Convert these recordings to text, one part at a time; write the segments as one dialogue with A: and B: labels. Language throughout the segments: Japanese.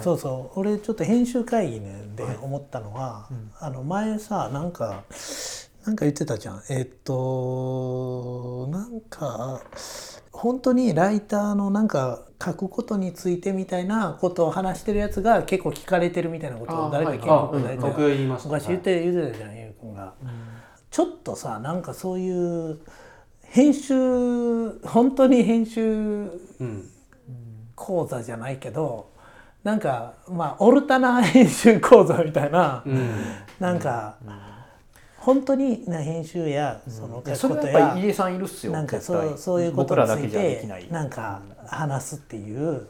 A: そうそう俺ちょっと編集会議、ね、で思ったのは、
B: うん
A: あの前さなんかなんか言ってたじゃんえっとなんか本当にライターのなんか書くことについてみたいなことを話してるやつが結構聞かれてるみたいなことを誰か結
B: あ
A: 構
B: うん
A: 大体
B: 僕言いました
A: 昔言って言ってたじゃんゆうくんが。
B: はい
A: ちょっとさなんかそういう編集本当に編集
B: うん
A: 講座じゃないけどなんかまあオルタナ編集講座みたいな、
B: うん
A: なんか、本当にな編集やその
C: いや
A: 書
C: そ
A: く
C: れ
A: こと
C: はやっ
A: や
C: ぱり入江さんいるっすよ
A: なんか
C: 絶
A: そ
C: 対
A: うそういうこと
C: 僕らだけ
A: につい
C: じゃでき
A: て
C: ない
A: なんか話すっていう、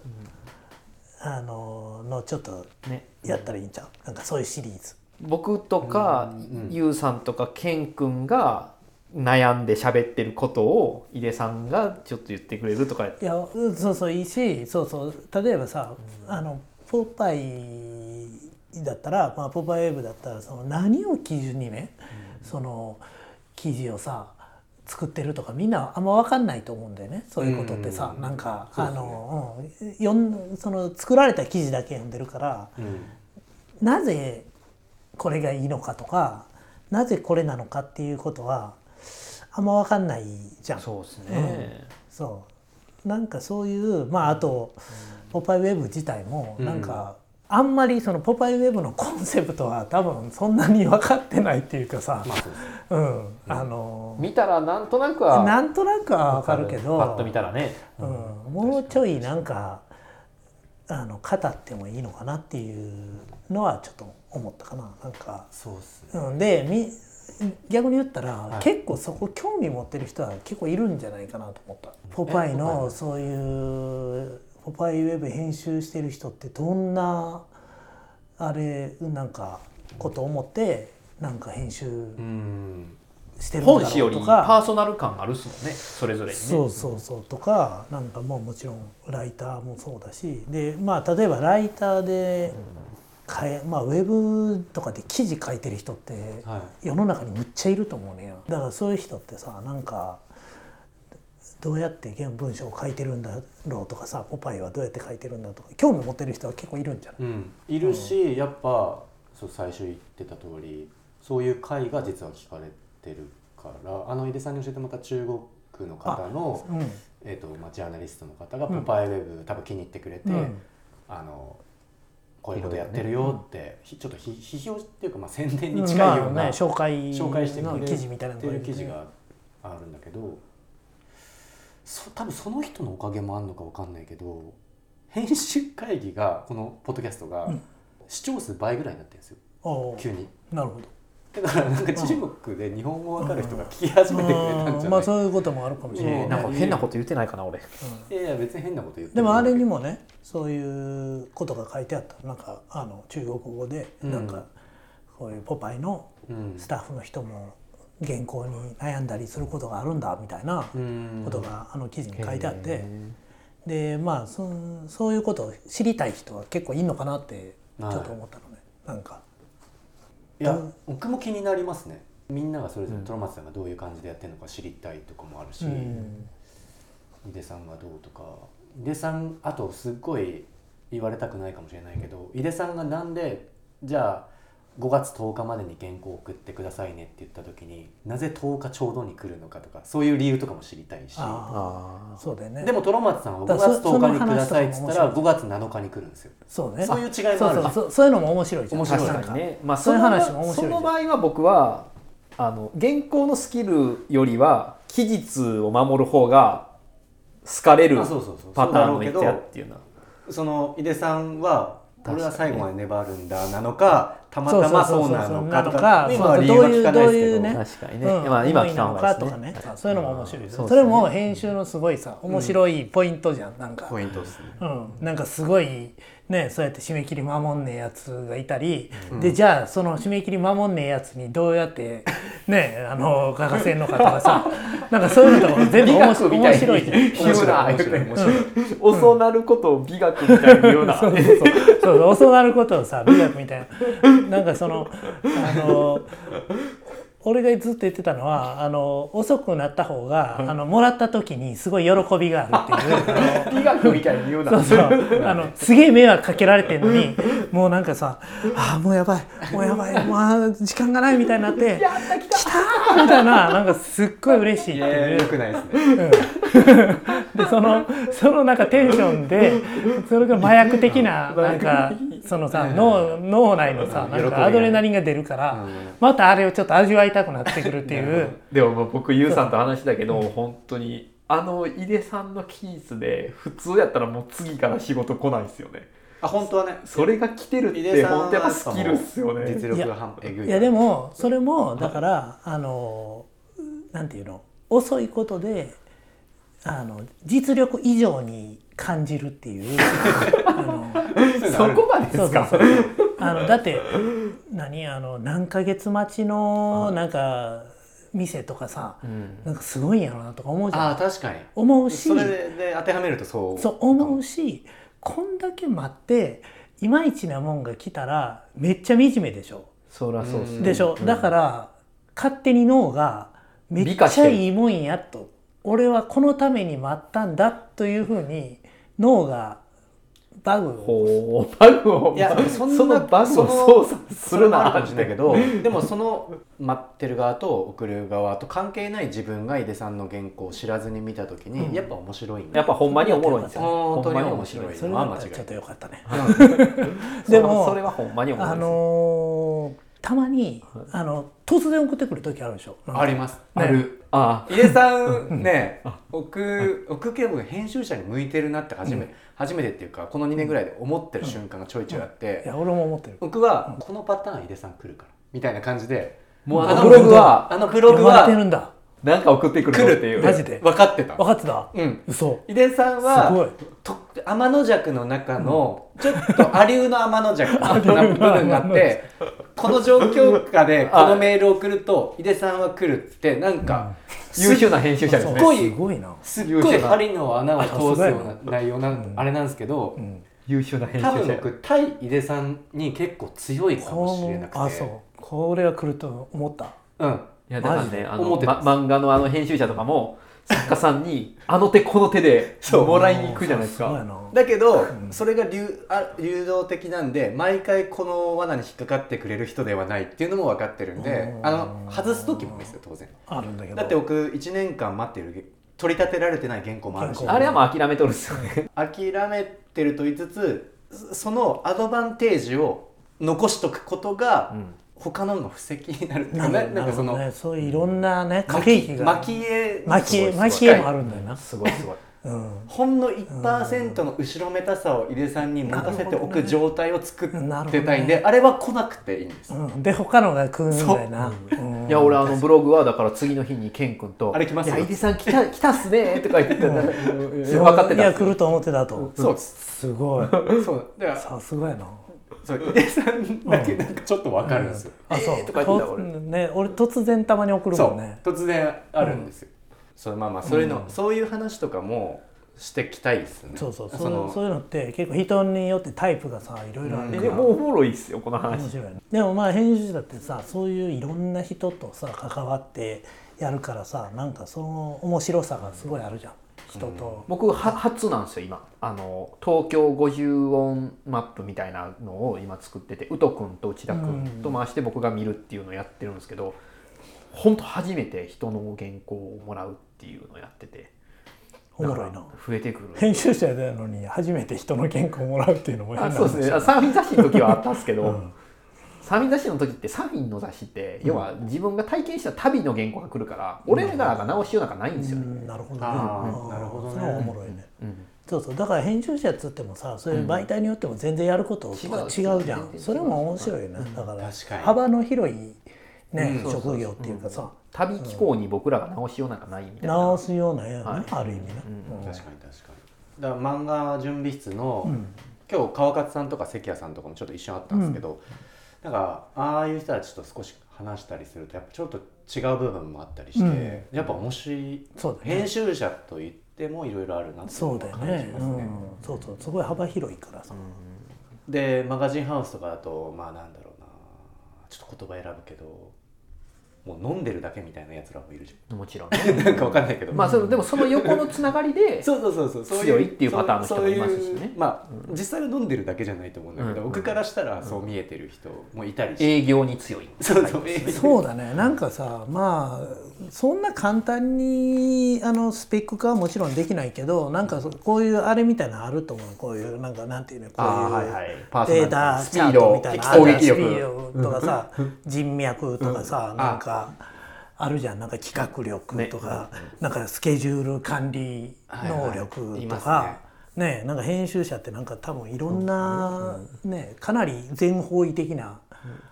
A: あののちょっと
C: ね、
A: やったらいいんちゃうなんかそういうシリーズ。
C: 僕とか、ゆうさんとかけんくんが悩んで喋ってることを井出さんがちょっと言ってくれるとか
A: いやうんそうそういいしそうそう例えばさ、あのポパイだったら、まあ、ポパイウェブだったらその何を基準にね、その記事をさ作ってるとかみんなあんま分かんないと思うんだよねそういうことってさ、
B: うん
A: なんか、
B: そう
A: あ
B: ですね
A: の、うん、読んその作られた記事だけ読んでるから
B: うん
A: なぜこれがいいのかとかなぜこれなのかっていうことはあんま分かんないじゃん。
C: そうですね、
A: そうなんかそういうまああと「ポパイウェブ」自体も
B: うん
A: なんか、あんまりその「ポパイウェブ」のコンセプトは多分そんなに分かってないっていうかさ、
B: まあそうです
A: うんあの
C: 見たらなんとなくは
A: なんとなくは分かるけど
C: パッと見たらね
A: うん、もうちょいなんかあの語ってもいいのかなっていうのはちょっと思ったかななんか。
B: そうですね
A: うん、でみ逆に言ったら、
B: い
A: 結構そこ興味持ってる人は結構いるんじゃないかなと思ったポパイ
B: ポパイ
A: の
B: の
A: そういうポパイウェブ編集してる人ってどんなあれなんかこと思ってなんか編集
B: うん
A: してるんだ
C: 本誌
A: ろ
C: よ
A: う
C: り
A: と
C: パ
A: か、
C: ーソナル感あるっすもんねそれぞれにね
A: そうそうそうとかなんかもうもちろんライターもそうだしでまあ例えばライターでかえ、まあ、ウェブとかで記事書いてる人って、
B: はい
A: 世の中にむっちゃいると思うねんだからそういう人ってさなんかどうやって原文章を書いてるんだろうとかさポパイはどうやって書いてるんだとか興味持ってる人は結構いるんじゃない
B: うん、いるし、やっぱそう最初言ってた通りそういう会が実は聞かれてるからあの井出さんに教えてもらった中国の方の、
A: うん
B: えーとまあ、ジャーナリストの方が「
A: うん
B: ポパイウェブ」多分気に入ってくれて、
A: うん
B: あのこういうことやってるよって、ひちょっとひ批評っていうか、まあ、宣伝に近いよう
A: まあ
B: な
A: ね、紹介
B: 紹介してく
A: の
B: れ
A: 記事みたいなの
B: てる記事
A: ね
B: があるんだけどそ多分その人のおかげもあるのかわかんないけど編集会議がこのポッドキャストが
A: ん
B: 視聴数倍ぐらいになってるんですよ
A: おう
B: 急に
A: なるほど
B: だからなんか中国で日本語わかる人が聞き始めてくれたん
A: う
B: じゃ
A: んま
B: な
A: あ
B: い
A: そういうこともあるかもしれない、
C: えーなんか変なこと言ってないかな俺
B: いやいや別に変なこと言って
A: でもあれに
B: も
A: もねそういうことが書いてあったなんかあの中国語でなん
B: う
A: か
B: ん
A: こういうポパイのスタッフの人も原稿に悩んだりすることがあるんだみたいなことがあの記事に書いてあって、でまあそそういうことを知りたい人は結構いいのかなってちょ
B: はい
A: っと思ったのね、なんか
B: いや僕も気になりますねみんながそれぞれトロマツさんがどういう感じでやってるのか知りたいとかもあるし、
A: うん
B: 井出さんがどうとか井出さんあとすっごい言われたくないかもしれないけど井出さんがなんでじゃあ5月10日までに原稿を送ってくださいねって言った時になぜ10日ちょうどに来るのかとかそういう理由とかも知りたいし
A: ああ
C: あ
A: そうだよね
B: でもトロマツさんは5
A: だからそ
B: 月10日にくださいっつ
A: そ
B: っ
A: の
B: た
A: 話とからも
B: 5月7日に来るんですよ
A: そうね
B: そういう違いも
A: そ
B: あ
A: う
B: る
A: そうそうそういうのも面白いじゃん
B: 面
C: あ
B: 白い
A: なん
C: 確
A: か
C: かにねまあ
A: そういう話も面白い
C: そ
A: じゃ
C: の
A: ん
C: 場合は僕はあの原稿のスキルよりは期日を守る方が好かれる
B: あそうそうそう
C: パターン
B: そうだろう
C: の
B: け
C: 一
B: ど
C: 手っていうのは
B: その井出さんは
C: 確かに
B: 俺は最後まで粘るんだなのかたまたまそうなのかとか
A: そうそうそうそう
B: 今は
A: そう
B: 理由は聞かない
A: どういう
B: ですけ
A: どういうね
C: 確かに
B: ど
C: ね、
A: うん
C: まあ、今は
A: どういう
C: 聞かん
A: の
C: 方
A: か
C: がいい
A: と
C: です
A: か
C: ね
A: ねそういうのも面白いです
C: うん
A: それも編集のすごいさ面白いポイントじゃんなんか
B: ポイントですね
A: うん、なんかすごいねそうやって締め切り守んねえやつがいたり、でじゃあその締め切り守んねえやつにどうやってねあの書かせんのかとか さなんかそういうのとかも全部
C: 美
A: 面
C: 学
A: 白
C: み
A: い
C: た
A: 面
C: いに
A: 白いじゃん
B: 面白い面
C: 面
B: 白
C: 白
B: い
C: い
B: 面白い
C: 遅なることを美学みたいに言うな
A: そうそうそう遅なることをさ美学みたいななんかそのあの俺がずっと言ってたのはあの遅くなった方が、あのもらった時にすごい喜びがあるっていうあの
C: 美学みたいに言うな
A: そうそうあのすげえ迷惑かけられてるのにもうなんかさ「ああもうやばいもうやばいもうあー時間がない」みたいになって
C: やった来
A: 「
C: た
A: 来た!」みたいななんかすっごい嬉しいって
B: え
A: いう
B: よくないですね
A: でそのそのなんかテンションでそれが麻薬的ななんかそのさ脳脳内のさなんかアドレナリンが出るからまたあれをちょっと味わいたくなってくるっていう
C: でも僕ゆうさんと話したけど本当にあの井出さんの期日で普通やったらもう次から仕事来ないですよね
B: あ本当はね
C: それが来てるっ
B: 井出
C: て
B: さんは
C: 本当やっぱスキルっすよね
B: 実力が半端えぐい
A: いやでもそれもだからあのなんていうの遅いことであの実力以上に感じるっていうあの
C: そこまでで
A: そうそ
C: す
A: う
C: か
A: そう。あのだって何あの何ヶ月待ちのなんか店とかさ、
C: うん
A: なんかすごいんやろなとか思うじゃ
B: あ
A: ん。
B: 確かに
A: 思うし
B: そ、れで当てはめるとそう
A: そう思うし、こんだけ待っていまいちなもんが来たらめっちゃ惨めでしょ。
C: そらそうっすね
A: でしょ。だから勝手に脳がめっ
C: 美化し
A: ちゃ
C: てる
A: いいもんやと、俺はこのために待ったんだというふうに脳がバグを
C: ほうバグを
B: いやそ
C: そ
B: んな
C: のバグ
B: そ
C: を
B: の
C: 操作す
B: それ
C: る
B: もあ
C: な
B: るかもしれないけどでもその待ってる側と送る側と関係ない自分が井出さんの原稿を知らずに見た時に、
A: うん
B: やっぱ面白いんだ
C: やっぱほんまにおもろいんですよ
B: 本当
C: ほ
B: に
C: んま
B: 面白い
A: それ
B: の
A: だった
B: は間
A: ら
B: 違い
A: ちょっと良かったね。
C: で
A: で
C: も
A: も
C: それはほんまにおもろい
A: あ
C: です
A: のーたまに、あの突然送ってくる時あるでしょ。なんか
B: あります、
A: ね
B: ある
C: あ
B: 井出さんね奥奥家も編集者に向いてるなって初め、初めてっていうかこの2年ぐらいで思ってる瞬間がちょいちょいあって
A: い、や俺も思ってる。
B: 僕はこのパターン井出さん来るからみたいな感じでもう
C: あのブログは
B: あのブログ
A: 読まれて
B: は
A: るんだ。
C: あなんか送ってくる
B: 来
C: ぞ
B: る
C: っていう
A: マジで
B: 分かってた
A: 分かってた。
B: うん
A: 嘘。
B: 井出さん
A: すご。
B: はいと天の尺の中のちょっとアリウの天の尺な部分があってこの状況下でこのメールを送ると井出さんは来るってなんか
C: 優秀な編集者です
B: すっご
C: ね
A: す
B: い
A: ごいな。
B: すっごい針の穴を
A: あす
B: 通
A: ご
B: す
A: い
B: ような内容なんあれなんですけど
A: うん。
C: 優秀な編
B: 多
C: 集
B: 分
C: 者
B: 僕対井出さんに結構強いかもしれなくて
A: あそう。これは来ると思った。
B: うん
C: いやだから
A: マジ
C: ね
A: で
C: あの、
B: 思ってま
C: ます漫画のあの編集者とかも作家さんにあの手この手で
B: そう
C: もらいに行くじゃないです
A: そうや
C: か
A: な。
B: だけど、それが流あ流動的なんで毎回この罠に引っかかってくれる人ではないっていうのも分かってるんで
A: うん
B: あの外す時もですよ当然
A: あるんだけど。
B: だって僕1年間待ってる取り立てられてない原稿もあるし
A: 原
C: あれはもう諦めとるっすよね
B: 諦めてると言いつつそそのアドバンテージを残しとくことが、
C: うん
B: 他のの布石になるっていう
A: なん
B: か
A: か
B: ななんかその、
A: ね、そういういろんなね
B: 巻
A: 駆け引
B: き
A: きが。
B: 巻き絵
A: 巻き
B: すご
A: 絵
B: いすごい
A: 巻き絵もあるんだよな。
C: すごいすごい
A: うん。
B: ほんの1%の後ろめたさを井出さんに任せておく状態を作ってたいんで、
A: なるほどね
B: あれは来なくていいんです。
A: うん、で他のが来るんだよな。うん
C: いや俺あのブログはだから次の日にケン君と「
B: あれ来ますよ
C: いや井出さん来た来たっすね」とか言ってたら分
A: そう
C: かって
A: い
C: た
A: や
C: っす
A: 来ると思ってたと。
B: そうです。
A: すごい。
B: そうだから
A: さすがやな。
B: そう井出さんだけなんかちょっとわかるんですよ。
A: あ、そう。
C: えーとか言ってた俺
A: とね、俺突然たまに送る
B: そ
A: もん
B: う
A: ね。
B: 突然あるんですよ。そうまあまあそういうの、そういう話とかもしてきたいですね。
A: そうそうそう
B: その
A: そういうのって結構人によってタイプがさいろいろある
C: え
A: か
C: で
A: ら、
C: もおもろいっすよこの
A: 面
C: 話
A: 白いねでもまあ編集者だってさそういういろんな人とさ関わってやるからさなんかその面白さがすごいあるじゃん人と、
C: 僕は初なんですよ今あの東京50音マップみたいなのを今作ってて宇都君と内田君と回して僕が見るっていうのをやってるんですけど本当初めて人の原稿をもらうっていうのをやってて
A: おもろいな
C: だから増えてくる
A: 編集者なのに初めて人の原稿もらうっていうのも変な
C: あ
A: 話
C: そうですねあサーフィン雑誌の時はあったんですけど、
A: うん
C: サーフィン雑誌の時ってサーフィンの雑誌って要は自分が体験した旅の原稿が来るから、俺らが直しようなんかないんです
A: う
C: よね、
A: んなるほどね
B: あー
A: うん
B: なるほどね
A: それはおもろいね、
C: うん
A: そうそうだから編集者っつってもさそういう媒体によっても全然やることとか違うじゃん、
C: 違う全然違う
A: それも面白いよね、だから
B: 確かに
A: 幅の広いね、
C: うん
A: 職業っていうかさ、
C: 旅機構に僕らが直しようなんかないみたいな、
A: 直すようなやね、
C: はい
A: ある意味ね、うん
B: 確かに確かにだから漫画準備室の、今日川勝さんとか関谷さんとかもちょっと一緒にあったんですけど、なんかああいう人たちと少し話したりするとやっぱちょっと違う部分もあったりして、
A: うん
B: やっぱ面白い
A: そうだね
B: 編集者といってもいろいろあるなってい
A: そう
B: のは
A: だよ
B: 感じます
A: ね
B: ね。
A: うん、そうそうすごい幅広いからさ、
B: でマガジンハウスとかだとまあなんだろうなちょっと言葉選ぶけどもう飲んでるだけみたいなやつらもいるじ
C: もちろん、
B: ゃんなんかわかんないけど、
C: まあそのでもその横のつながりで
B: そうそうそうそうそう
C: 強いっていうパターンの人もいますしね
B: そういうまあ、実際は飲んでるだけじゃないと思うんだけど、
C: うん
B: 僕からしたらそう見えてる人もいたりして、
C: 営業に強い
B: そうそう、
A: そうだねなんかさまあそんな簡単にあのスペック化はもちろんできないけどなんかそこういうあれみたいなのあると思うこういうなんかなんていうのこういう。
B: い
C: パーソナ
A: デ
C: リ
A: ータ
C: ス
A: チ
C: ピ
A: ャ
C: ー
A: ート
C: ド
A: みたいな
C: 攻撃
A: スピー
C: 力
A: ドとかさ人脈とかさなんかあるじゃんなんか企画力とかなんかスケジュール管理能
B: はいはい
A: 力
B: い
A: と
B: ます
A: かねなんか編集者ってなんか多分いろんなねかなり全方位的な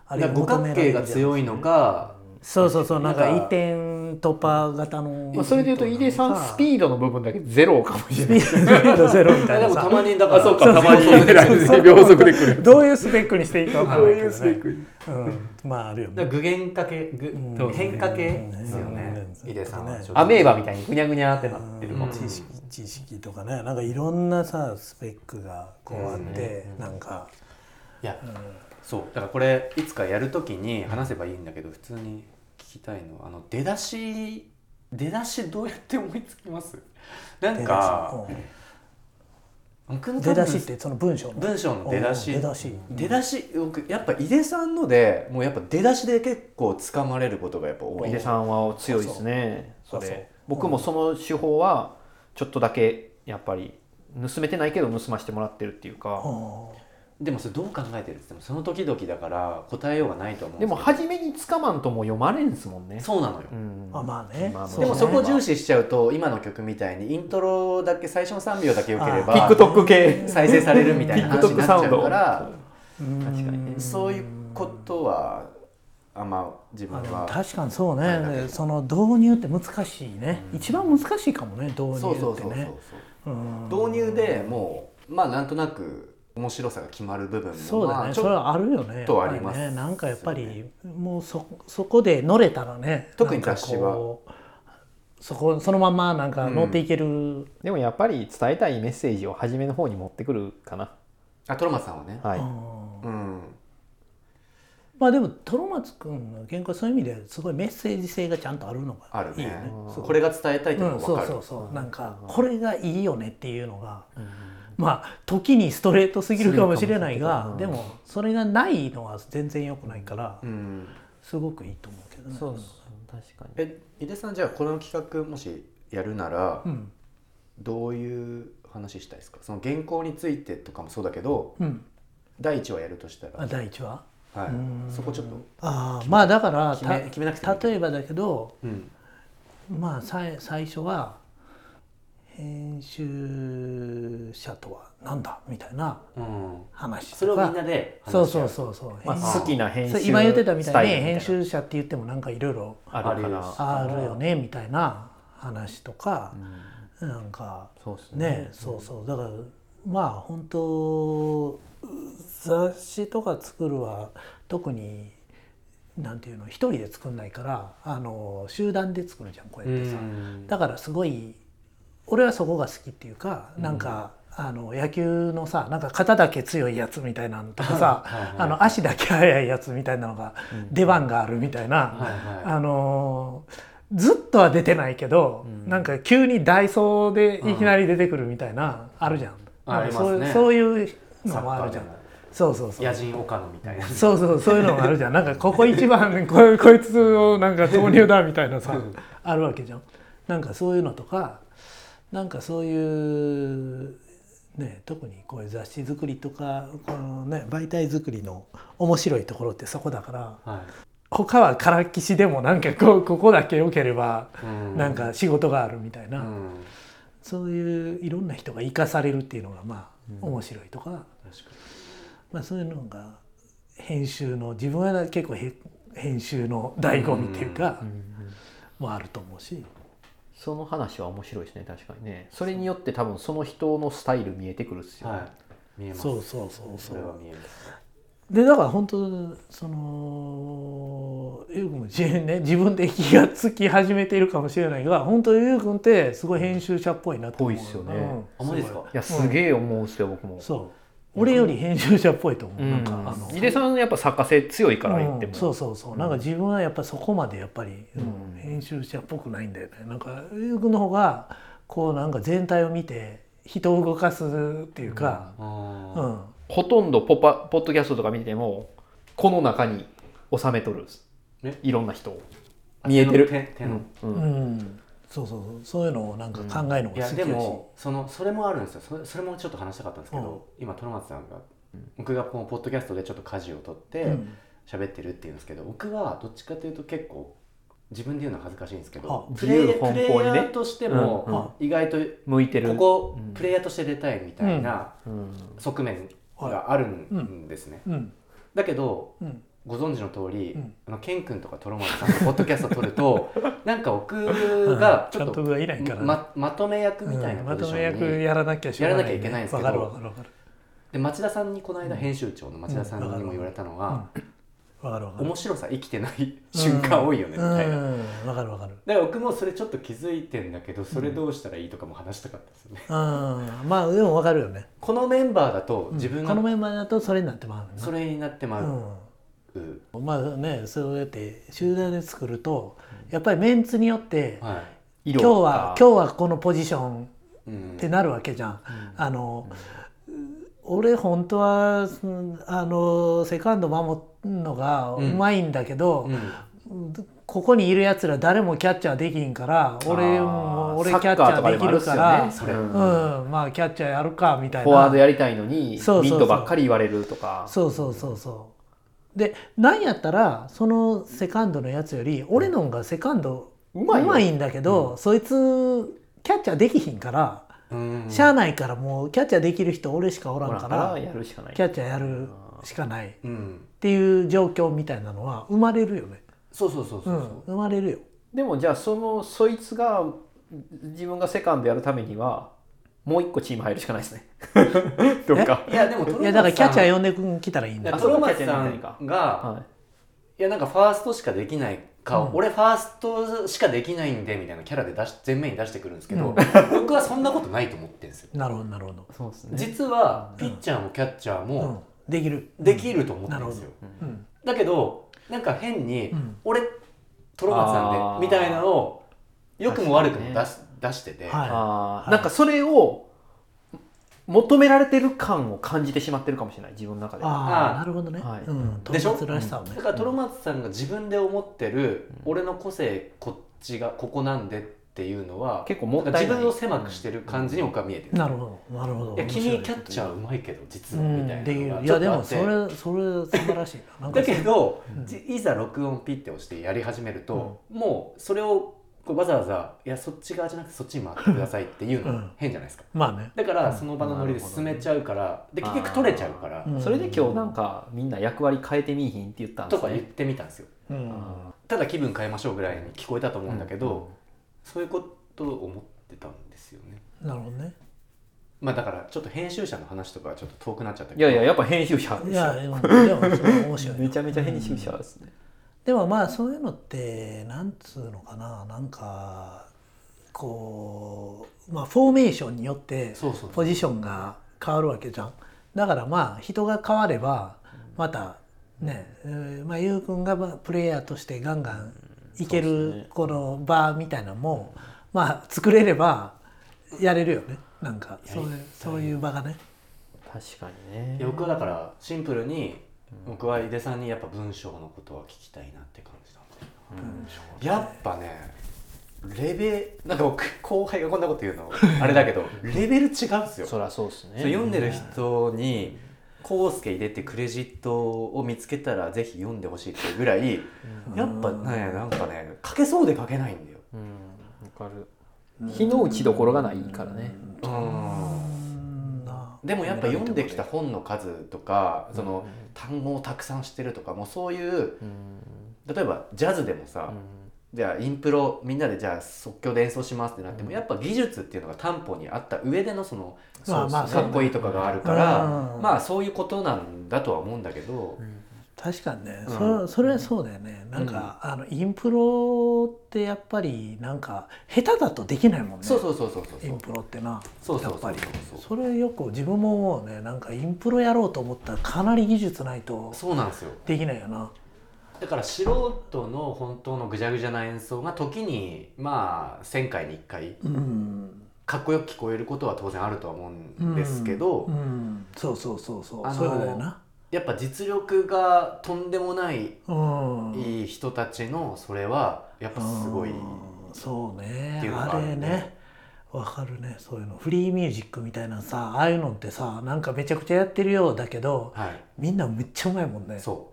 A: あ
B: だから五角形が
A: い
B: 強いのか、
A: そうそうそうなんか
B: なんか
A: 一点突破型の
C: まあ、それでいうと井出さんス
A: ー
C: ピードの部分だけゼロかもしれない
A: ドスピードゼロみたい
B: で
A: な
B: もた
A: さ
B: まにだから
C: 秒速で来る
A: どういうスペックにしていいかわからないけどねうんまああるよね
B: だから具現化系具
A: ん
B: 変化系ですよね
A: うん
B: 井出さんは
C: アメーバみたいにぐにゃぐにゃってなってる
B: うん
A: 知識知識とかねなんかいろんなさスペックがこうあっ
B: で
A: て、なんか、
B: いやそうだからこれいつかやるときに話せばいいんだけど普通に聞きたいのはあの出だし出だしどうやって思いつきますなんか僕
A: う
B: の
A: ん出
B: 多分
A: だしってその文章の
B: 文章の出だし
A: うん出だし
B: 出だし僕やっぱ井出さんのでもうやっぱ出だしで結構つかまれることがやっぱ多い
C: 井出さんは強いですね
A: そ
C: そう
A: そう
C: れ僕もその手法はちょっとだけやっぱり盗めてないけど盗ましてもらってるっていう
A: う
C: か
A: ん
B: でもそれどう考えてるって言ってもその時々だから答えようがないと思うん
C: でも
B: すけ
C: 初めにつかまんともう読まれんですもんね
B: どそうなのよ
C: うん
A: あまあね
B: でもそこ重
C: 視
B: 視しちゃうと今の曲みたいにイントロだけ最初の3秒だけ良けれ
A: あー
B: ば
C: TikTok 系
B: 再生されるみたいな話に
C: TikTok
B: なっち
C: サウ
B: ゃ
C: ンド
B: うから
A: うん
C: 確かにね
B: そういうことはあんま自分
A: あでも
B: は
A: 確かにそう
B: あれだけ
A: ね
B: ど
A: その導入って難しいね、一番難しいかもね導入ってね
B: そうそうそうそう
A: うん
B: そう導入でもうまあなんとなく面白さが決まる部分も
A: そうだ
B: ま
A: ね
B: あち
A: そ
B: ょ
A: れはあるよね
B: ちょっとあります
A: やっぱねなんかやっぱりもうそそこで乗れたらね
B: 特に
A: なん
B: 雑
A: か
B: 誌は
A: こうそこそのまんまなんか乗っていける、
C: でもやっぱり伝えたいメッセージを初めの方に持ってくるかな
B: あトロマツさんはね
C: はい、
A: うん
B: うん
A: まあでもトロマツ君の原稿はそういう意味ですごいメッセージ性がちゃんとあるのが
B: ある
A: いいよ
B: ね
C: そう
B: これが伝えたいっていう
A: う
B: の
A: ん、
B: が分
A: そ
B: か
A: う
B: る
A: そうそうなんかこれがいいよねっていうのが、まあ時にストレートすぎるかもしれないがでもそれがないのは全然良くないから
B: うん
A: すごくいいと思うけどね。
C: そう確かに
B: え井出さんじゃあこの企画もしやるなら
A: うん
B: どういう話したいですかその原稿についてとかもそうだけど
A: うん、
B: 第一話やるとしたら、
A: あ第一話
B: はい、そこちょっと、
A: あーまあだから
B: 決め決めなくてもいい
A: た例えばだけど
B: うん
A: まあさい最初は編集者とはなんだみたいな
B: うん、
A: 話とか
B: それをみんなで話し合
A: そうそうそうそう、
C: まあ、
A: 編集
C: 好きな編
A: そう
C: 集
A: 今言ってたみたいに
C: スタイル
A: 編集者って言ってもなんかいろいろ
C: あるか
B: ある
C: な
B: よ
A: あるよねみたいな話とか、なんか
C: そうですね
A: ね、そうそうだからまあ本当雑誌とか作るは特になんていうの一人で作んないからあの集団で作るじゃんこうやってさ。
B: ん
A: だからすごい俺はそこが好きっていうかなんか、あの野球のさなんか肩だけ強いやつみたいなのとかさ
B: はいはい
A: あの足だけ速いやつみたいなのが出番があるみたい
B: はい
A: な、
B: はい
A: あのーずっとは出てないけど、なんか急にダイソーでいきなり出てくるみたいな、あるじゃん。
B: あ
A: なんかそう
B: ありますね
A: そういうの
B: サッ
A: も
B: カ
A: あ
B: ー
A: るじ
B: で
A: ゃん
B: も。
A: そうそうそう。
B: 野人岡野みたいな
A: そうそうそういうのがあるじゃんなんかここ一番 ここいつをなんか投入だみたいなさあるわけじゃんなんかそういうのとかなんかそういうね特にこういう雑誌作りとかこのね媒体作りの面白いところってそこだから
B: は
A: 他はからっきしでもなんかこうここだけ良ければ
B: い、うん
A: なんか仕事があるみたいうな、
B: ん、
A: そういういろんな人が生かされるっていうのがまあ面白いとか。
B: 確か
A: まあ、そういうのが編集の自分は結構へ編集の醍醐味っていうか、もあると思うし、
C: その話は面白いですね確かにねそれによって多分その人のスタイル見えてくるっす
B: に
C: よ、
B: はい見えます
A: そうそうそうそ
B: それは
A: う
B: 見えます
A: でだから本当そのゆうくん自分ね自分で気がつき始めているかもしれないが本当ゆうくんってすごい編集者っぽいなと思う
C: ぽいっすよね
A: うん
B: あマジですか
C: いやすげえ思うんすよ、僕も
A: そ俺より編集者っぽいと思う、
C: うん
A: なんかあの
C: 井出さんやっぱ作家性強いから言って
A: うん
C: も、
A: そうそうそうなんか自分はやっぱりそこまでやっぱり、うん
C: うん
A: 編集者っぽくないんだよねなんかゆうくんの方がこうなんか全体を見て人を動かすっていうか、うん
B: あ
C: ほとんどポパポッドキャストとか見てもこの中に収めとるんです
B: え
C: いろんな人を
B: ー
C: 見えてる
B: 手の手の
C: うん
A: う
C: うん
A: んそうそうそうそういうのをなんか考えるの
B: い
A: が好
B: や
A: き
B: で
A: だし、
B: もそのそれもあるんですよそれそれもちょっと話したかったんですけど、今トロマツさんが僕がこのポッドキャストでちょっと家事を取って
A: うん
B: 喋ってるっていうんですけど、僕はどっちかというと結構自分で言うのは恥ずかしいんですけど
A: あ
B: プレイ
C: 自由奔放にね
B: プレイヤーとしても意外と
C: 向いてる
B: ここ
C: うん
B: プレイヤーとして出たいみたいな
C: うん
B: 側面があるんですね、
A: うん
B: だけど
A: うん
B: ご存知の通り、
A: うん
B: あのケン君とかトロマツさんのポッドキャスト撮る となんか僕がちょ
A: 監
B: っと
A: 督がいないからね、
B: ままとめ役みたいな
A: うんま
B: ポジ
A: と
B: シ
A: め
B: ョン
A: 役
B: に、
A: やらなきゃしょうがない、ね、
B: やらなきゃいけないんですけど
A: わかるわかるわかる
B: で町田さんにこの間編集長の町田さんに
A: うん
B: も言われたのは、
A: わかるわかる
B: 面白さ生きてない瞬間多いよねみたいな、だか
A: うんわかるわかる
B: ら僕もそれちょっと気づいてんだけどそれどうしたらいいとかも話したかったですよね、
A: うんまあでもわかるよね
B: このメンバーだと自分
A: この
B: が
A: メンバーだとそれになってまうね
B: それになってまう、うん
A: うん、まあねそうやって集団で作るとやっぱりメンツによって、
B: は
C: 色
A: 今日は
C: が
A: 今日はこのポジション
B: い、うん
A: ってなるわけじゃん。あの、俺本当はうんあのセカンド守るのがうまいんだけど、
B: うん
A: ここにいるやつら誰もキャッチャーできんから俺
C: あー
A: も俺キャ
C: サ
A: ッチャ
C: ッカーと
A: ー
C: か
A: でき
C: でもある
A: る
C: っす
A: か
C: よ
A: ら、
C: ねそれ
A: うんまあキャッチャーやるかみたいな
C: フォワードやりたいのに
A: そうそうそう
C: ミッドばっかり言われるとか
A: そうそうそうそうでなんやったらそのセカンドのやつより俺のんがセカンド
C: うまいよ
A: んだけど、そいつキャッチャーできひんから、
B: うん
A: しゃあないからもうキャッチャーできる人俺しかおら
C: ほ
A: ん
C: ら
A: か
C: かららやるしかない
A: キャッチャーやるしかないっ
B: うん、
A: ていう状況みたいなのは生まれるよね、
B: そうそうそうそうう、
A: ん、生まれるよ
C: でもじゃあそのそいつが自分がセカンドやるためにはもう一個チーム入るしかない ですねどうか
B: いやでもトロマツさん
A: いやだからキャッチャー呼んでくん来たらいいん
B: だ
A: だ
B: か
A: よ
B: らトロマツさんが、
C: はい
B: やなんかファーストしかできないか、
A: うん
B: 俺ファーストしかできないんでみたいなキャラで出し前面に出してくるんですけ
A: う
B: ど、
A: ん
B: 僕はそんなことないと思ってるんですよ
A: なるほどなるほど
C: い、そうですね
B: 実はピッチャーもキャッチャー
A: う
B: も
A: ん、できる
B: できると思ってるんですよ、
A: うん
B: だけどなんか変に、
A: うん
B: 俺トロマツ
C: あ
B: さん
C: ー
B: でみたいなのを良くも悪くも出し,、出してて、
A: はい
C: あ
A: は
C: ー
A: い
C: なんかそれを求められてる感を感じてしまってるかもしれない自分の中で
A: あ
B: あ
A: あなるほどね、
C: はい
A: うんト
B: で
A: ロ
B: しょ
A: マツらしさをね
B: だからトロマツさんが自分で思ってる、俺の個性こっちがここなんでっていうのは
C: 結構もったいない
B: んか自分を狭くしてる感じに僕は見えてる、
A: なるほどなるほど
B: いや
A: 面白
B: 君キャッチャーうまいけど実は
A: う
B: み
A: ん
B: たい
A: でき
B: なの
A: る
B: が
A: い
B: ちょ
A: や
B: っ
A: で
B: とあ
A: も
B: って
A: それそれ素晴らしいななんか
B: だけど
A: うん
B: じいざ録音ピッて押してやり始めるともうそれをこうわざわざいやそっち側じゃなくてそっちに回ってくださいっていう
A: う
B: の
A: ん
B: 変じゃないですか
A: まあね
B: だからその場のノリで進めちゃうからで
C: なる
B: 結
C: ほどね
B: 局取れちゃうから
A: うん
C: それで今日なんかみんな役割変えてみいひんって言ったんで
B: と
C: す
B: か言っ
C: ね
B: てみたんですよ
A: うん
C: あ
B: ただ気分変えましょうぐらいに聞こえたと思うんだけ
C: うん
B: どそういうことを思ってたんですよね
A: なるほどね
B: まあだからちょっと編集者の話とかはちょっと遠くなっちゃった
C: ー
B: け
C: い
B: ど
C: やいややっぱ編集者
A: い
C: ですよ
A: やでもでもそれは面白いな
C: めちゃめちゃ編集者ですね、
A: でもまあそういうのってなんつうのかななんかこう、まあ、フォーメーションによって
B: そうそう
A: ポジションが変わるわけじゃん。だからまあ人が変わればまたね、えーまあ、ゆうくんがまあプレイヤーとしてガンガンいけ
C: そうです
A: る
C: ね
A: この場みたいなのも、まあ作れればやれるよねなんかそういうそういう場がね。
C: 確かにね
B: いや僕はだからシンプルに僕は井出さんにやっぱ文章のことは聞きたいなって感じたんですよやっぱねレベルなんか僕後輩がこんなこと言うのあれだけ どレベル違うんですよそ
C: そりゃそうですね
B: う読んでる人に「コウスケ井出」ってクレジットを見つけたらぜひ読んでほしいっていうぐらいやっぱねなんかね書けそうで書けないんだよ
C: うんわかる日の打ちどころがないからね
B: う
A: う
B: ん
A: んな
B: でもやっぱ読んできた本の数とかその単語をたくさんしてるとかもうそういう
C: うん
B: 例えばジャズでもさ、じゃあインプロみんなでじゃあ即興で演奏しますってなっても、やっぱ技術っていうのが担保にあった上でのその
A: まあまあ
B: そうそうかっこいいとかがあるから、
A: うん
B: まあそういうことなんだとは思うんだけど、
C: ん
A: 確かにね、
C: う
A: それ
C: ん
A: それはそうだよねなんか、あのインプロってやっぱりなんか下手だとできないもんね
C: そうそうそうそうそう
A: インプロってな
C: そうそう
A: やっぱり
C: そうそ
A: そ
C: う
A: れよく自分も思うねなんかインプロやろうと思ったらかなり技術ないと
B: そうなんですよ
A: できないよな
B: だから素人の本当のぐじゃぐじゃな演奏が時にまあ1,000回に1回
A: うん
B: かっこよく聞こえることは当然あるとは思うんですけど、
A: うんうんそうそうそうそう
B: あの
A: そうだよな
B: やっぱ実力がとんでもない
A: うん
B: いい人たちのそれはやっぱすごい
A: うんそうね
B: っていうの
A: あ
B: がある
A: れ
B: んで
A: ねわかるねそういうのフリーミュージックみたいなさああいうのってさなんかめちゃくちゃやってるようだけど
B: はい
A: みんなめっちゃうまいもんね
B: そ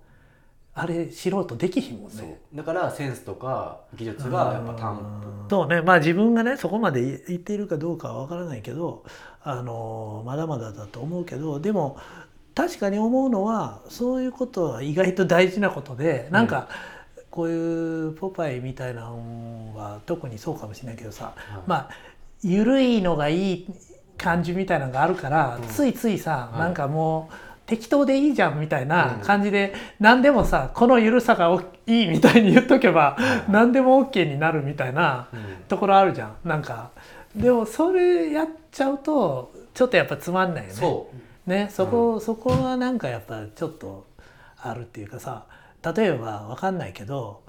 A: あれ素人できひんもん
B: うそう
A: ね
B: だからセンスとか技術がやっぱ担
A: うんそうねまあ自分がねそこまでいっているかどうかはわからないけどあのまだまだだと思うけどでも確かに思うのはそういうことは意外と大事なことでなんか、こういう「ポパイ」みたいなのは特にそうかもしれないけどさ
B: はい
A: まあ緩いのがいい感じみたいなのがあるから、
B: うん
A: ついついさ、
B: はい
A: なんかもう適当でいいじゃんみたいな
B: うん
A: 感じで、何でもさこの緩さがおいいみたいに言っとけば
B: はい
A: 何でも OK になるみたいな
B: うん
A: ところあるじゃんなんかでもそれやっちゃうとちょっとやっぱつまんないよね
B: そう
A: ねそこ、そこはなんかやっぱちょっとあるっていうかさ例えばわかんないけど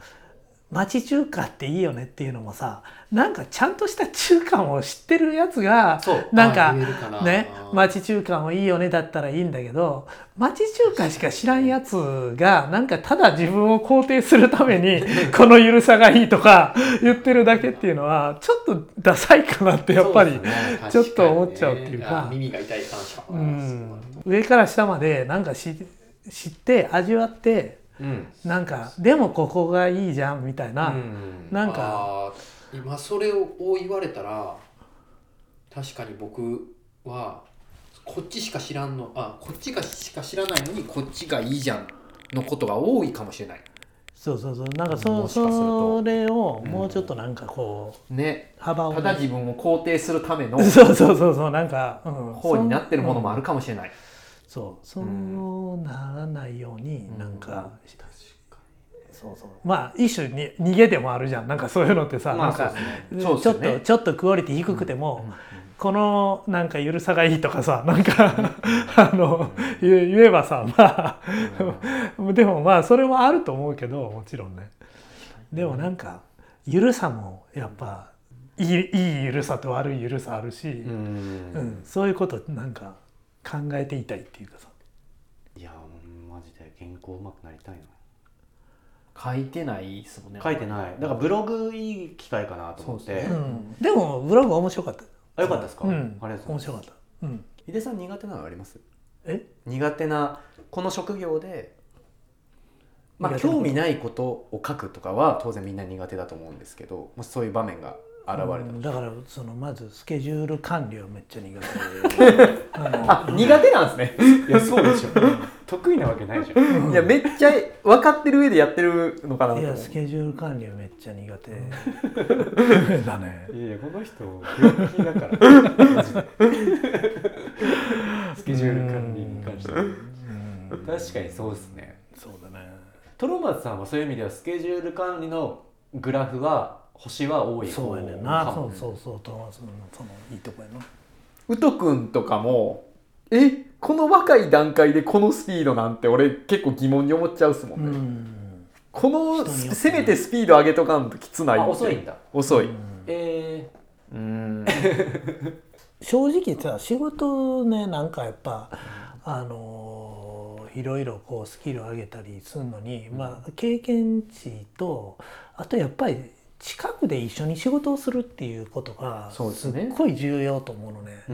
A: 町中華っていいよねっていうのもさなんかちゃんとした中華を知ってるやつが
B: そう
A: なん
B: あ言え
A: か
B: るかな
A: ね
B: うん
A: 町中華もいいよねだったらいいんだけど町中華しか知らんやつがなんかただ自分を肯定するため にこの緩さがいいとか言ってるだけっていうのはちょっとダサいかなってやっぱり
B: そうですね
A: ちょっと思っちゃうっていうか
B: 確にねあ耳が痛い話か
A: う
B: も
A: ん、上から下までなんかし知って味わって
B: うん
A: なんかでもここがいいじゃんみたいな、
B: うん
A: なんか
D: あー今それを言われたら確かに僕はこっちしか知らんのあこっちがしか知らないのにこっちがいいじゃんのことが多いかもしれない
A: そうそうそうなんかそ
C: もしかすると
A: それをもうちょっとなんかこう
C: ね
A: 幅を、
C: ただ自分を肯定するための
A: そうそうそうそうなんか、うん、
C: 方になってるものもあ
A: る、
C: るかもしれない、
A: うんそうそううならないように
C: ん
A: なんか、
D: か
A: そうそうまあ一種に逃げでもあるじゃんなんかそういうのってさ、
B: ま
A: な
B: あ
A: ん
B: そう
A: か
B: ですね
A: ち
C: そ
A: ょ
C: う
A: っ
C: ですよ
A: と
C: ね
A: ちょっとクオリティ低くても、
C: うんうん
A: このなんか緩さがいいとかさ なんかあの言え言えばさまあでもまあそれもあると思うけどもちろんねでもなんか緩さもやっぱいいいい緩さと悪い緩さあるし、
B: う
A: うんんそういうことなんか考えていたいっていうかさ
B: いやうんマジで原稿うまくなりたいな
C: 書いてないですもんね
B: 書いてないだからブログいい機会かなと思っ
C: そうで
B: て
C: す
A: う
C: ね
A: ん、でもブログ面白かった、
B: あよかったですか
A: うん、
B: ありがとうご
A: 面
B: ざい
A: 白か
B: ま
A: っ
B: す
A: た、うん、
B: 井出さん苦手なのあります
A: え
B: 苦手なこの職業で、まあ、
A: 苦手なこと
B: 興味ないことを書くとかは当然みんな苦手だと思うんですけどもしそういう場面が現れた
A: う
B: と
A: んだからそのまずスケジュール管理はめっちゃ苦手あの
B: あ苦手なんですねいやそうでしょ得意なわけないじゃんいやめっちゃ分かってる上でやってるのかないと思
A: や
B: う
A: スケジュール管理はめっちゃ苦手だね
B: いやいやこの人病気だからマジでスケジュール管理に関しては
A: うん
B: 確かにそうですね
A: そうだね
B: トロマツさんはそういう意味ではスケジュール管理のグラフは星は多い方
A: そうやねんな
B: かも
A: そうそうそうトーマスのそのいいとこやな
C: ウト君とかもえこの若い段階でこのスピードなんて俺結構疑問に思っちゃうっすもん
A: う
C: ね、
A: ん
C: こ
A: 人
C: の
A: によってね
C: せめてスピード上げとかんときつないって
B: あ遅いんだ
C: 遅い
B: え
C: うん
A: 正直さ仕事ねなんかやっぱあのーいろいろこうスキル上げたりするのに、まあ、経験値とあとやっぱり近くで一緒に仕事をするっていうことがす
C: そうですね
A: っごい重要と思うのね。
B: ー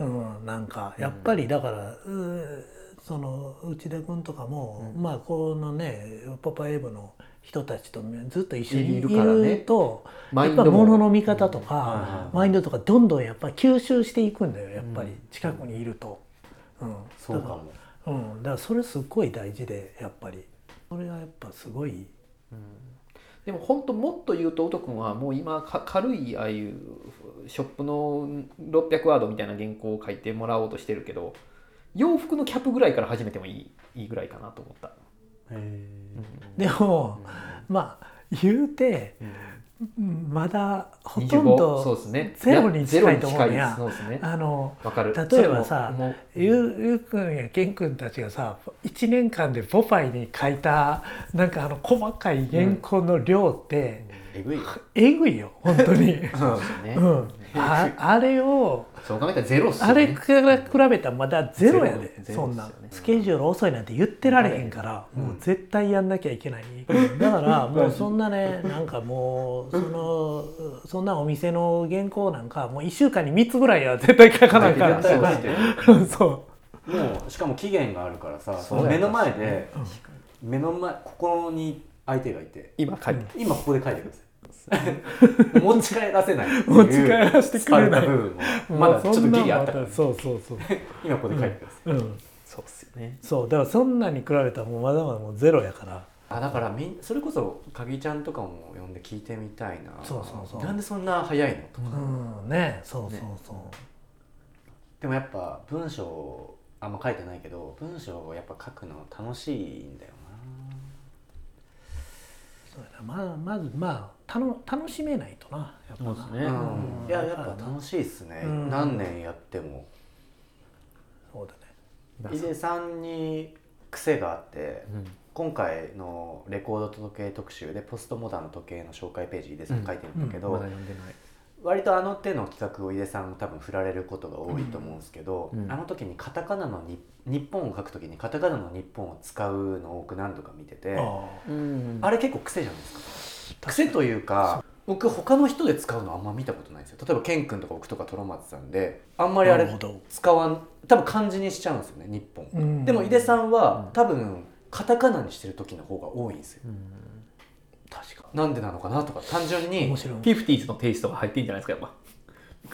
B: うん
A: うん、なんかやっぱりだから、うーその内田君とかも、まあこのねパパエブの人たちとずっと一緒にい
C: いるからね
A: ると
C: マイ
A: やっ
C: ン
A: ぱ
C: ドも
A: 物の見方と
B: うんはいは
A: か、
B: い
A: マインドとかどんどんやっぱ吸収していくんだよやっぱり近くにいると。うん、
B: そうか
A: だ
B: も
A: らうん、だからそれすっごい大事でやっぱりそれはやっぱすごい
C: でも本当もっと言うとウト君はもう今か軽いああいうショップの600ワードみたいな原稿を書いてもらおうとしてるけど洋服のキャップぐらいから始めてもいいいいぐらいかなと思った
B: え
A: でも、まあ言うてまだほとん
C: 25そ
A: ど
C: うですね
A: ゼロに
C: ゼロ
A: 近い
C: に
A: と思
C: 近
A: うん
C: いです
A: や
C: そうですね
A: あの
C: わかる
A: 例えばさ
C: それももう
A: ゆゆうくんやけんくんたちがさ1年間でポパイに書いたなんかあの細かい原稿の量って、
B: えぐいよ
A: えぐいよ本当
D: そ
A: に、
D: うですよね
A: うん、ああれを
D: そう考えたらゼロっすよ
A: あ
D: ね
A: れから比べたらまだゼロやで
C: ゼロゼロですよ
A: そ
C: ね
A: んなんスケジュール遅いなんて言ってられへんから、もう絶対やんなきゃいけない、だからもうそんなねなんかもうそのそんなお店の原稿なんかもう1週間に3つぐらいは絶対書かないか
C: 絶対
A: ら
C: 書いて る
A: そう
B: もうしかも期限があるからさ
C: そうだよ
B: 目の前で目の前ここに相手がいて
C: 今書いてる
B: 今ここで書いてくださ い持ち帰らせないっていう
A: 持ち帰らせてくれない
B: スパルタ部分もまだちょっとギリあったから
A: そうそうそう、
B: 今ここで書いてください
A: うん、
C: そうっすよね
A: そうだからそんなに比べたらもうまだまだもうゼロやから
B: あだからみんそれこそ鍵ちゃんとかも呼んで聞いてみたいな
A: そうそうそう
B: なんでそんな早いのとか
A: うんねそうそうそう、
B: でもやっぱ文章あんま書いてないけど文章をやっぱ書くの楽しいんだよ
A: そうやなまあまずまあたの楽しめないとなやっぱな
C: そうですね
B: な、
A: うん
B: いややっぱ楽しいっすね、
A: うん
B: 何年やっても
A: そうだね
B: 井出さんに癖があって、
C: うん
B: 今回のレコード時計特集でポストモダンの時計の紹介ページ井出さん書いてるんだけど、
C: まだ読んでない
B: 割とあの手の企画を井出さん多分振られることが多いと思うんですけど、
C: うんうん
B: あの時にカタカナのに日本を書く時にカタカナの日本を使うのを多く何度か見ててあ
A: あ
C: うん
B: れ結構癖じゃないですか癖というか僕他の人で使うのあんま見たことないんですよ例えばケン君とか僕とかトロマツさんであんま
A: あ
B: りあ
A: なる
B: れ
A: ほど、
B: 使わん多分漢字にしちゃうんですよね日本、
A: うん
B: でも井出さん
C: う
B: は
C: ん
B: 多分カタカナにしてる時の方が多いんですよ
C: うん
A: 確か
B: なんでなのかなとか単純に
A: 面白い
C: フィフティーズのテイストが入ってんじゃないですかやっ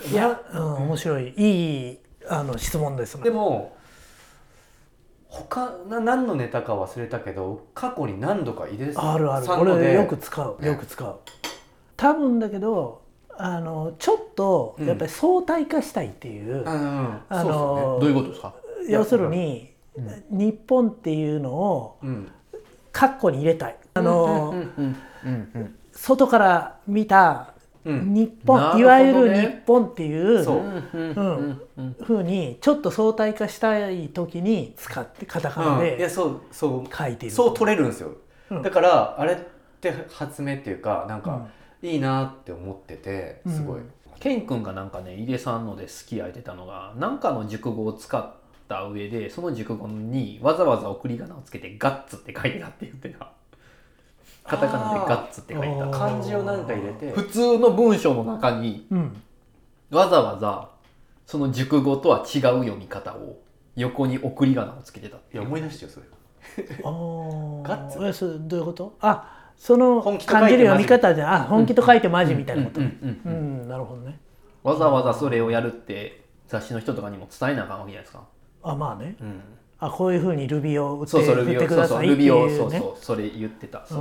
C: ぱ
A: いや、うん、面白いいいあの質問ですね
B: でも他な何のネタか忘れたけど過去に何度か井出さん
A: あるある
B: さんの
A: 俺
B: で
A: よく使うよく使う多分だけどあのちょっとやっぱり相対化したいっていう、
B: うん
A: あの
B: そう
C: どういうことですか
A: 要するに、日本っていうのを
B: ですねうん
A: 括弧に入れたいあの、
C: うんうんうん
A: 外から見た
B: うん
A: 日本、
B: うん
A: いわゆ
B: なるほど
A: る
B: ね
A: 日本っていう
B: そう
C: うん
A: うんふうにちょっと相対化したい時に使ってカタカナ
B: うんいや
A: で
B: そうそう
A: 書いている、
B: そう取れるんですよ、
A: うん
B: だからあれって発明っていうかなん
A: うん
B: かいいなって思っててすごい、
A: うん
C: ケン君がなんかね井出さんので好き焼いてたのがなんかの熟語を使った上でその熟語にわざわざ送り仮名をつけて「ガッツ」って書いてたって言ってたカタカナで「ガッツ」って書いて
A: あ
C: た
B: 漢字を何か入れて
C: 普通の文章の中に
A: うん
C: わざわざその熟語とは違う読み方を横に送り仮名をつけてたって
B: いや思い出してよそれ
A: あー
B: ガッツ
A: えそれどういうことあその
B: 本気と書いて
A: 感じる読み方じゃあ本気と書いてマジみたいなこと
C: うんうん
A: うん、なるほどね
C: わざわざそれをやるって雑誌の人とかにも伝えなあかんわけじゃないですか
A: あまあね
B: うん
A: あこういうふうにルビーを打って
C: そうそうル
A: 打
C: ビ
A: っ
C: オ
A: てく
C: そう
A: だ
C: そう
A: さいっ
C: ル
A: て
C: ビオ
A: い
C: そうう
A: ね
C: そうそれ言ってたそれそ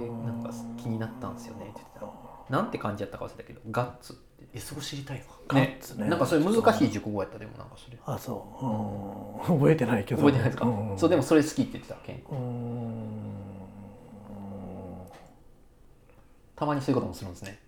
C: れなんか気になったんですよねって言ってたなんて感じやったか忘れたけどガッツって
B: えそこ知りたいわ
A: ガッツね
C: なんかそれ難しい熟語やったでもなんかそれ
A: あそう、うん、覚えてないけど
C: 覚えてないですか、
A: うん
C: そうでもそれ好きって言ってたケン
A: うん
C: たまにそういうこともするんですね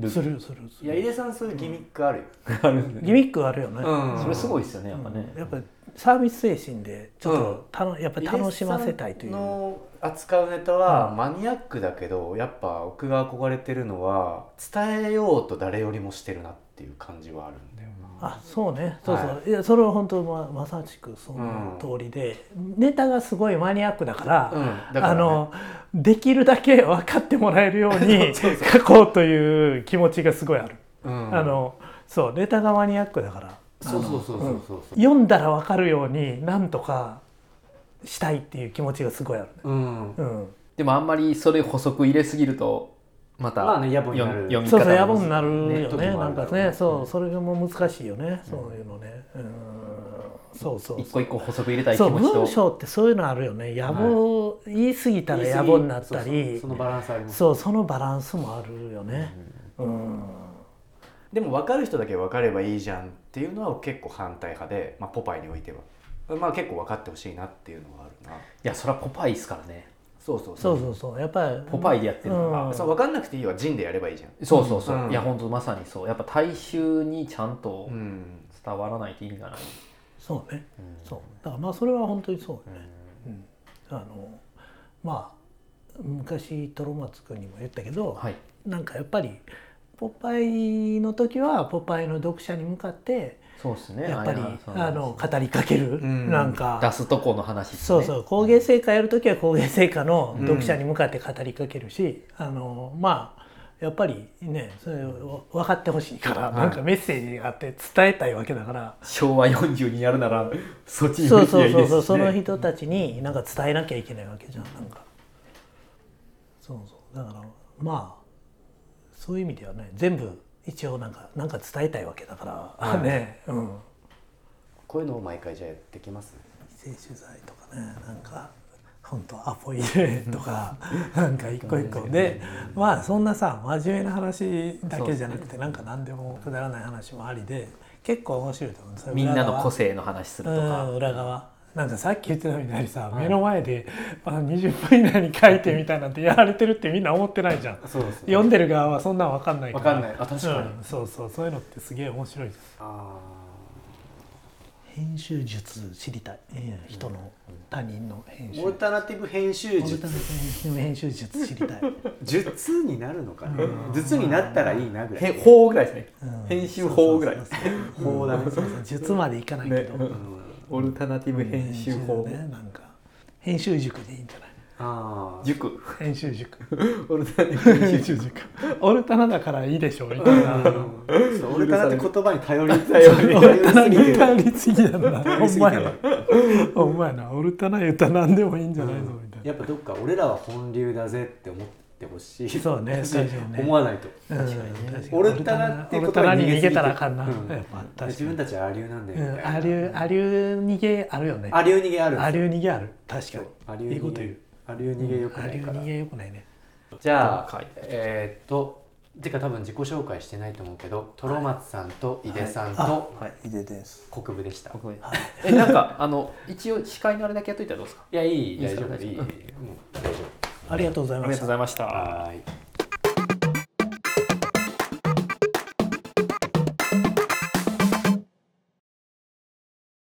C: ル
A: するするす
B: い
A: る
B: や井出さんそういうギミックあるよ、
C: あるんで
A: ギミックあるよね、
B: うん
C: それすごいですよねやっぱね、
A: やっぱりサービス精神でちょっとたの、やっぱり楽しませたいとい
B: 井
A: う
B: 出さん
A: あ
B: の扱うネタはマニアックだけどやっぱ僕が憧れてるのは伝えようと誰よりもしてるなっていう感じはあるんだよな
A: そうねそうそう、、
B: はい
A: やそれは本当ままさしくその通りで、ネタがすごいマニアックだから,、
B: うんだからね
A: あのできるだけ分かってもらえるよう に書こうという気持ちがすごいある、
B: うん
A: あのそうネタがマニアックだから
B: そうそうそうそうそうそう
A: 読んだら分かるようになんとかしたいっていう気持ちがすごいあるね、
B: うん
A: うん、
C: でもあんまりそれ補足入れすぎるとまた、
B: まあね野暮になる
C: 読み
A: そう
C: 読
A: そ
C: み方
A: う野
C: も
A: 暮になるよ
B: 時
A: ね
B: も
A: な
B: あ
A: ん
B: るだ
A: か
B: ろうね
A: ねそうそれも難しいよね、そういうのねうんそうそう
C: 一個一個補足入れたい気
A: そう
C: 持ち
A: 文
C: と
A: 章ってそういうのあるよね野望、言い過ぎたら野暮になった
B: 言い
A: り
B: 過ぎそうそうそのバランスあります
A: そうそのバランスもあるよねうん、
B: でも分かる人だけ分かればいいじゃんっていうのは結構反対派で、まあ、ポパイにおいてはまあ結構分かってほしいなっていうのはあるないやそれはポパイですからねそうそう
A: そうそうそうやっぱり
B: ポパイでやってるのが、
A: うん
B: そう分かんなくていいわジンでやればいいじゃん
E: そうそうそう、
B: うん
E: いや本当まさにそうやっぱ大衆にちゃんと
B: うん
E: 伝わらないと意味がない、
A: そうね
E: うん
A: そうだからまあそれは本当にそう
E: うん
A: うんあのまあ昔トロマツ君にも言ったけど、
E: はい
A: なんかやっぱり「ポパイ」の時は「ポパイ」の読者に向かって
E: そうですね
A: やっぱり、
E: あれはそう
A: あの語りかける、
B: ん
A: なんか
E: 出すとこの話ですね
A: そうそう工芸成果やる時は工芸成果の読者に向かって語りかけるし、あのまあやっぱりねそれを分かってほしいから、なんかメッセージがあって伝えたいわけだから。
E: 昭和42やるならそっちに
A: そ
E: 振
A: う
E: り切りゃいい
A: そうそ
E: で
A: う
E: す
A: そう、
E: ね
A: その人たちになんか伝えなきゃいけないわけじゃんなんかそうそうだからまあそういう意味ではね全部一応なんかなんか伝えたいわけだから、
B: はい
A: ねうん
B: こういうのを毎回じゃあやってきます
A: 異性取材とかねなんか本当アポ入れ とかなんか一個一個でまあそんなさ真面目な話だけじゃなくてなんか何でもくだらない話もありで結構面白いと思うそれ
E: みんなの
A: 裏側
E: 個性の話すると
A: う
E: か
A: ん裏側なんかさっき言ってたみたいにさ、目の前で、まあ、20分以内に書いてみたいなんてやられてるってみんな思ってないじゃん
B: そうです
A: 読んでる側はそんなん分かんない
B: 分かんないあ確かに
A: うんそうそうそういうのってすげえ面白いじ
B: あ
A: ゃん編集術知りたい、えー人の他人の編
B: ー
A: 集
B: オルタナティブ編集
A: オルタ
B: 術
A: ナティブ編集術知り たい、
B: 術になるのかね術になったらいいなぐら
E: へ
B: い
E: 法ぐらいですね
A: うん
E: 編集法ぐらい
A: そうそう
B: 法だね
A: そうそう術までいかないけど、
E: ねオルタナティブ編集法
A: ねなんか編集塾でいいんじゃない
B: ああ
E: 塾
A: 編集塾
E: オルタナティブ 編集
A: 編集塾オルタナだからいいでしょみたいな
B: そうオルタナって言葉に 頼り
E: 頼り
A: オルタナ
B: すぎ
A: に
B: て
A: 頼りすぎだな
B: り
A: お
B: すぎて
A: 前
B: る
A: なお前なオルタナ言ったら何でもいいんじゃないのみたい
B: やっぱどっか俺らは本流だぜって思ってほしい
A: そうね
B: し
A: そうですよね
B: 思わないと
A: なうん確かに
B: オルタナって
A: オ
B: 言
A: ル
B: 葉
A: タナに
B: に
A: 逃
B: 逃
A: げ
B: げ
A: た
B: た
A: ら
B: ら
A: あかんな、
B: うん
A: やっぱ確か
B: 自
A: に
B: 分たちはアリューなんでみ
A: う
B: たい
A: ん
B: な
A: アリューアリュー逃げあるよね
B: アリュー逃げある
A: アリュー逃げある確かに
B: アリュー逃げ
A: いいこと言う
B: アリュー逃げよく
A: ア
B: な
A: リ
B: い
A: ュー
B: から
A: 逃げよくないね
B: じゃ
E: はい
B: あえーっとてか多分自己紹介してないと思うけどトロマツさんと井出さんと
E: はい
A: いでです
B: 国部でした
E: 僕えなんかあの一応司会のあれだけやっといたらどうですか
B: いやい
E: い
B: い
E: いで
B: 大
E: す
B: 丈
E: か
B: 夫いいいいもう大丈夫
A: ありがとうござい
E: あり
A: ま
E: が
A: し
E: とうご
A: た
E: ざいました
B: はーい